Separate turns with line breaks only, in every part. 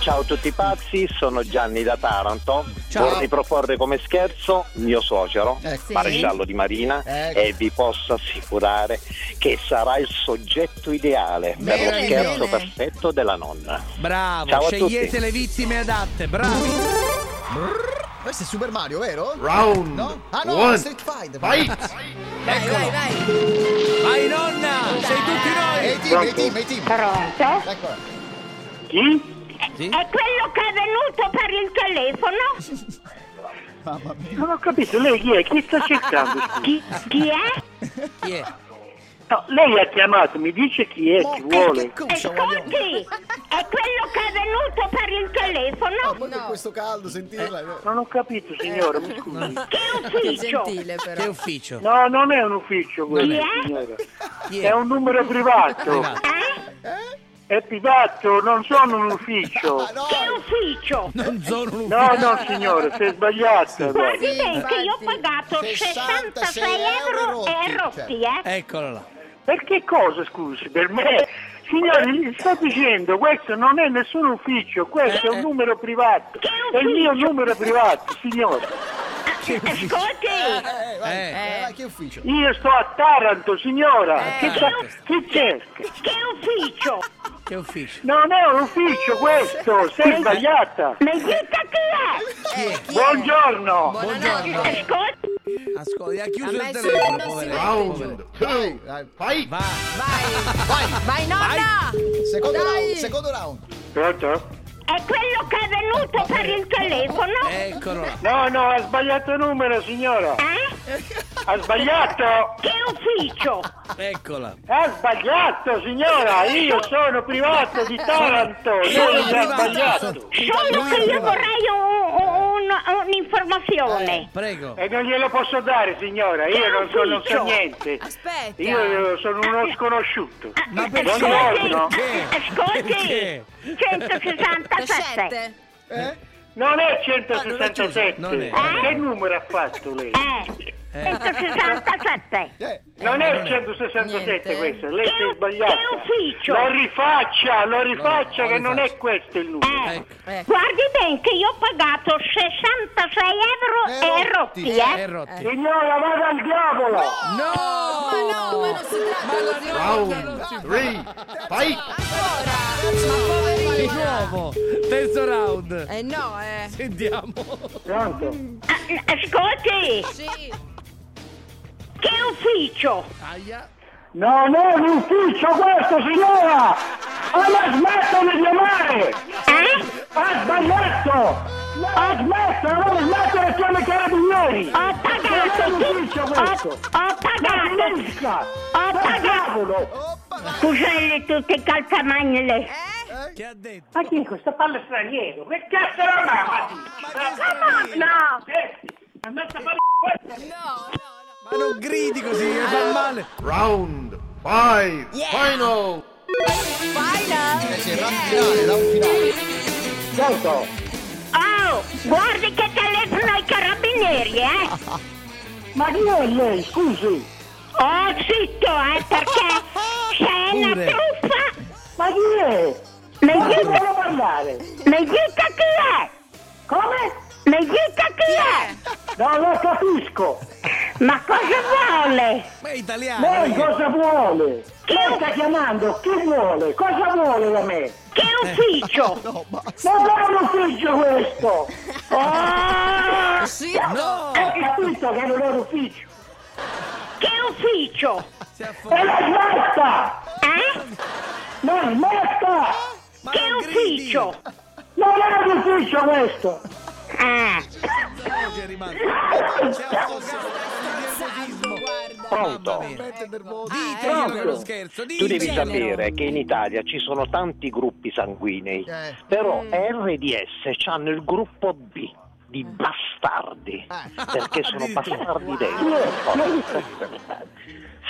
Ciao a tutti pazzi, sono Gianni da Taranto.
Ciao.
Vorrei proporre come scherzo mio suocero,
Ecco.
Sì.
maresciallo di Marina,
Ecco.
e vi posso assicurare che sarà il soggetto ideale per lo
Bene,
scherzo
bene.
perfetto della nonna.
Bravo,
Ciao a
scegliete
tutti.
le vittime adatte, bravi.
Questo è Super Mario, vero?
Round
No? Ah no,
one.
Street Fighter.
Fight!
Vai, vai, vai.
Vai nonna, sei tutti noi.
E i team, e i team, e i team.
Pronto?
Eccola.
Sì?
È quello che è venuto per il telefono?
Mamma mia.
Non ho capito, lei chi è? Chi sta cercando? scusi?
Chi, chi è?
Chi è?
No, lei ha chiamato, mi dice chi è, chi vuole.
Che cuscia, vogliamo.
Ascolti! È quello che è venuto per il
Ah,
telefono?
poi con questo caldo sentirla. no.
Non ho capito, signora, mi scusi. Cioè,
Che
Che
ufficio?
gentile
Che
però.
ufficio?
No, non è un ufficio
Chi
quello,
è?
signora.
Chi
È
è?
un numero privato.
Privato.
Eh?
È privato, non sono un ufficio.
Ah, no.
Che ufficio?
Non sono un
No, no, signora, sei sbagliata. guarda.
Presidente, io ho pagato
66
66 euro e
euro rotti,
rotti, eh?
Eccolo là.
Perché cosa, scusi, per me? Signori, gli sto dicendo, questo non è nessun ufficio, questo è un numero privato.
Che
È il mio
ufficio?
numero privato, signora.
Ascolti!
Eh, vai,
Eh.
eh, vai, che ufficio?
Io sto a Taranto, signora.
Eh.
Che, sta- che cerca?
Che ufficio?
Che ufficio?
Non è un ufficio questo, sei sbagliata.
Mi dica chi
Eh, chi è?
Buongiorno.
Buonanotte.
è? Ascolti!
Ascolta, ha
A
chiuso
me
il
il
telefono,
sole non si
poverello.
Round two.
Vai.
Fight!
Va.
Vai. Vai. Vai nonna.
Secondo
Dai.
round, secondo round.
Pronto?
È quello che è venuto per il telefono?
Eccolo là.
No, no, ha sbagliato numero, signora.
Eh?
Ha sbagliato.
Che ufficio?
Eccola.
Ha sbagliato, signora. Io sono privato di Taranto. Lei ha sbagliato.
Solo che io vorrei un- un- un- un'informazione.
Prego.
E non glielo posso dare, signora. Io non so, non so niente.
Aspetta.
Io eh, sono uno sconosciuto.
Ma
perché?
Buongiorno.
Perché?
Ascolti,
Perché?
167.
7.
Eh?
Non è
non è chiuso,
167.
non è.
Che numero ha fatto lei?
Eh, 167.
Eh,
Non è il 167
Niente.
questo, lei
Che
si è
u-
sbagliata.
che ufficio?
Lo rifaccia, lo
lo
rifaccia che non
rifaccio.
è questo il numero.
Eh.
Ecco.
Ecco.
Guardi bene che io ho pagato 66 euro
Eh,
e
rotti,
rotti,
È
eh?
rotti.
Signora, vada al diavolo!
No!
Ma Oh, no, ma non si tratta di
Ah,
Round three.
Eh,
Fight!
Ancora. Ma
Di
poverina.
nuovo. Terzo round.
Eh no, eh.
Sentiamo.
Pronto?
Ah, Ascolti,
Sì.
che ufficio?
Aia.
Non è un ufficio questo, signora! Ah, Ma smettila di chiamare!
Eh?
Ha sbagliato! Ha smesso, non smettere di chiamare i carabinieri!
Ho pagato,
Non è un
ti-
ufficio
ho,
questo!
ho
Ma
pagato,
finisca!
ho
Ma
pagato.
diavolo!
Cuscelli tutti calzamagnole.
Eh?
Che ha detto?
Ma chi è questo? Parla straniero! Che cazzo è la mamma?
No,
Ma metta a fare questo!
No, no, no.
Ma non gridi così, che fa male.
Round five. Final.
Vai là.
c'è il round finale, round finale.
Pronto?
oh, guardi che telefono ai carabinieri, eh?
Ma chi è lei? Scusi!
Oh, zitto, eh, perché c'è una
Pure.
truffa.
Ma chi è?
Mi
Non
dica,
vuole parlare!
mi dica chi è?
Come?
Mi dica chi è?
No, lo capisco!
Ma cosa vuole?
Ma è italiano. eh.
Lei
perché-
cosa vuole? Lei sta chiamando, chi vuole? Cosa vuole da me?
Che ufficio?
No, basta.
Non è un ufficio questo!
Oh,
Sì.
No!
Ho capito che non è un ufficio!
che ufficio?
Si è affondato.
E la smetta!
Eh?
Non smetta!
Ma
Che
non gridi.
ufficio?
Non è un ufficio questo!
Ah,
Oggi è rimasto. Si è affogato.
Guarda.
Pronto?
Veramente nervoso.
Ditegli che è uno scherzo.
Tu devi
Ditegli.
Genero.
sapere che in Italia ci sono tanti gruppi sanguinei,
Eh.
però RDS hanno il gruppo B di bastardi,
Ah.
perché sono
Addirittura.
bastardi dentro.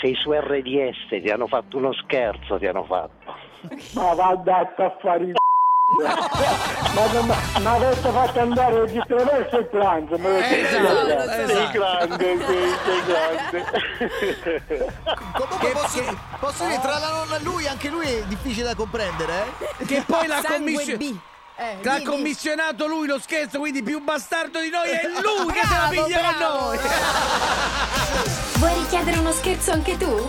Se i su RDS ti hanno fatto uno scherzo, ti hanno fatto.
Ma vada a fare il ma, ma, ma, ma avete fatto andare di traverso il pranzo, me lo
Eh,
dico.
Esatto,
Sei
esatto.
grande, sei, sei grande.
Comunque posso, posso dire, tra la nonna e lui, anche lui è difficile da comprendere, eh?
Che poi la
Sangue
commissione.
B. Eh,
L'ha
dimmi.
commissionato lui lo scherzo, quindi più bastardo di noi è lui che se la
Bravo,
piglierà a
bravo.
noi!
Vuoi richiedere uno scherzo anche tu?